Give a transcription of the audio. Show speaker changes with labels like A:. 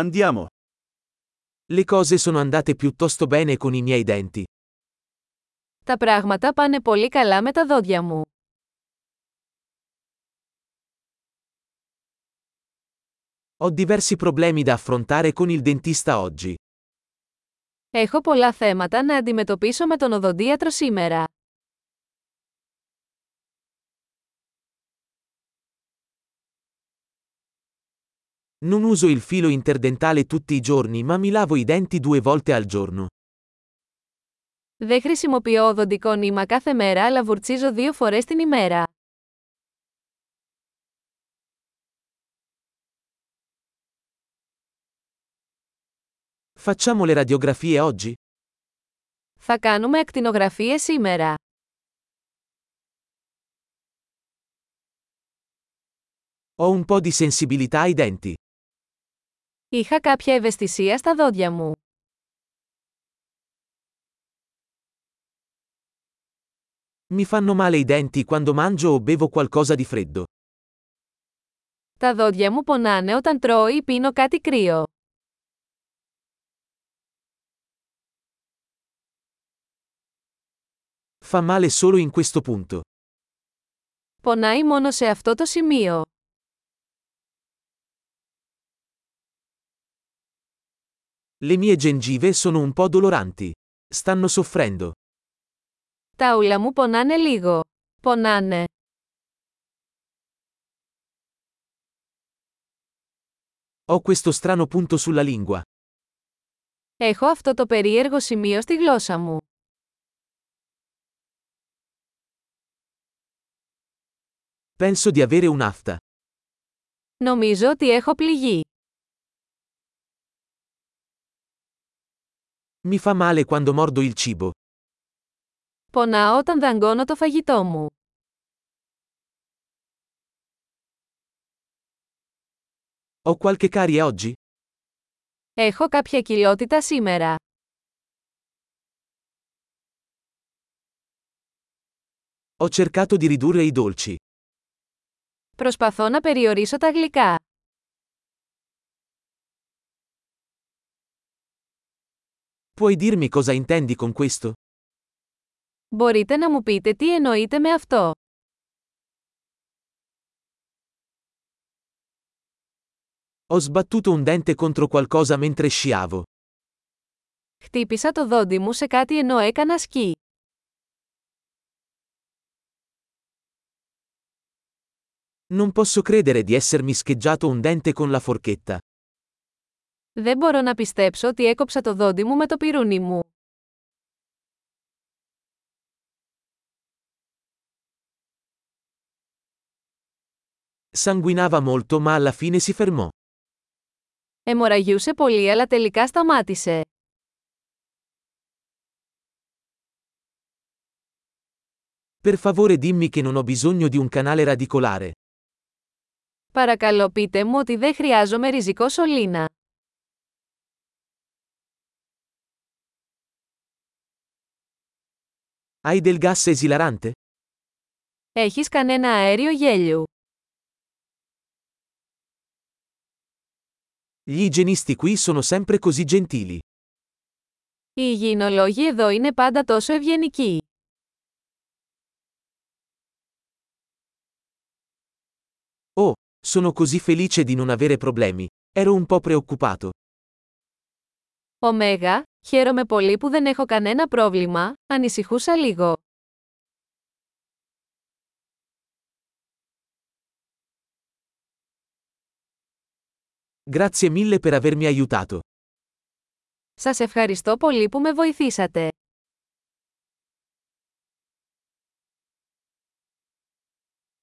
A: Andiamo.
B: Le cose sono andate piuttosto bene con i miei denti.
C: Τα πράγματα πάνε πολύ καλά με τα δόντια μου.
B: Ho diversi problemi da affrontare con il dentista oggi.
C: Έχω πολλά θέματα να αντιμετωπίσω με τον οδοντίατρο σήμερα.
B: Non uso il filo interdentale tutti i giorni ma mi lavo i denti due volte al giorno.
C: Δεν χρησιμοποιώ οδοντικό νήμα κάθε μέρα αλλά βουρτσίζω δύο φορές την ημέρα.
B: Facciamo le radiografie oggi?
C: Θα κάνουμε ακτινογραφίες σήμερα.
B: Ho un po' di sensibilità ai denti.
C: Είχα κάποια ευαισθησία στα δόντια μου.
B: Mi fanno male i denti quando mangio o bevo qualcosa di freddo.
C: Τα δόντια μου πονάνε όταν τρώω ή πίνω κάτι κρύο.
B: Fa male solo in questo punto.
C: Πονάει μόνο σε αυτό το σημείο.
B: Le mie gengive sono un po' doloranti. Stanno soffrendo.
C: Τα ούλα μου πονάνε λίγο. Πονάνε.
B: Ho questo strano punto sulla lingua.
C: Έχω αυτό το περίεργο σημείο στη γλώσσα μου.
B: Penso di avere un'afta.
C: Νομίζω ότι έχω πληγεί.
B: Mi fa male quando mordo il cibo.
C: Πονάω όταν δαγκώνω το φαγητό μου.
B: Ho qualche carie oggi?
C: Έχω κάποια κοιλιότητα σήμερα.
B: Ho cercato di ridurre i dolci.
C: Προσπαθώ να περιορίσω τα γλυκά.
B: Puoi dirmi cosa intendi con questo?
C: Μπορείτε να μου πείτε τι εννοείτε με αυτό.
B: Ho sbattuto un dente contro qualcosa mentre sciavo.
C: Χτύπησα το δόντι μου σε κάτι ενώ έκανα σκι.
B: Non posso credere di essermi scheggiato un dente con la forchetta.
C: Δεν μπορώ να πιστέψω ότι έκοψα το δόντι μου με το πυρούνι μου.
B: Sanguinava molto ma alla fine si fermò.
C: Εμοραγιούσε πολύ αλλά τελικά σταμάτησε.
B: Per favore dimmi che non ho bisogno di un canale radicolare.
C: Παρακαλώ πείτε μου ότι δεν χρειάζομαι ριζικό σωλήνα.
B: Hai del gas esilarante?
C: Έχεις κανένα αέριο γέλιου.
B: Gli igienisti qui sono sempre così gentili.
C: Οι υγιεινολόγοι εδώ είναι πάντα τόσο ευγενικοί.
B: Sono così felice di non avere problemi. Ero un po' preoccupato.
C: Ωμέγα, χαίρομαι πολύ που δεν έχω κανένα πρόβλημα, ανησυχούσα λίγο.
B: Grazie mille per avermi aiutato.
C: Σας ευχαριστώ πολύ που με βοηθήσατε.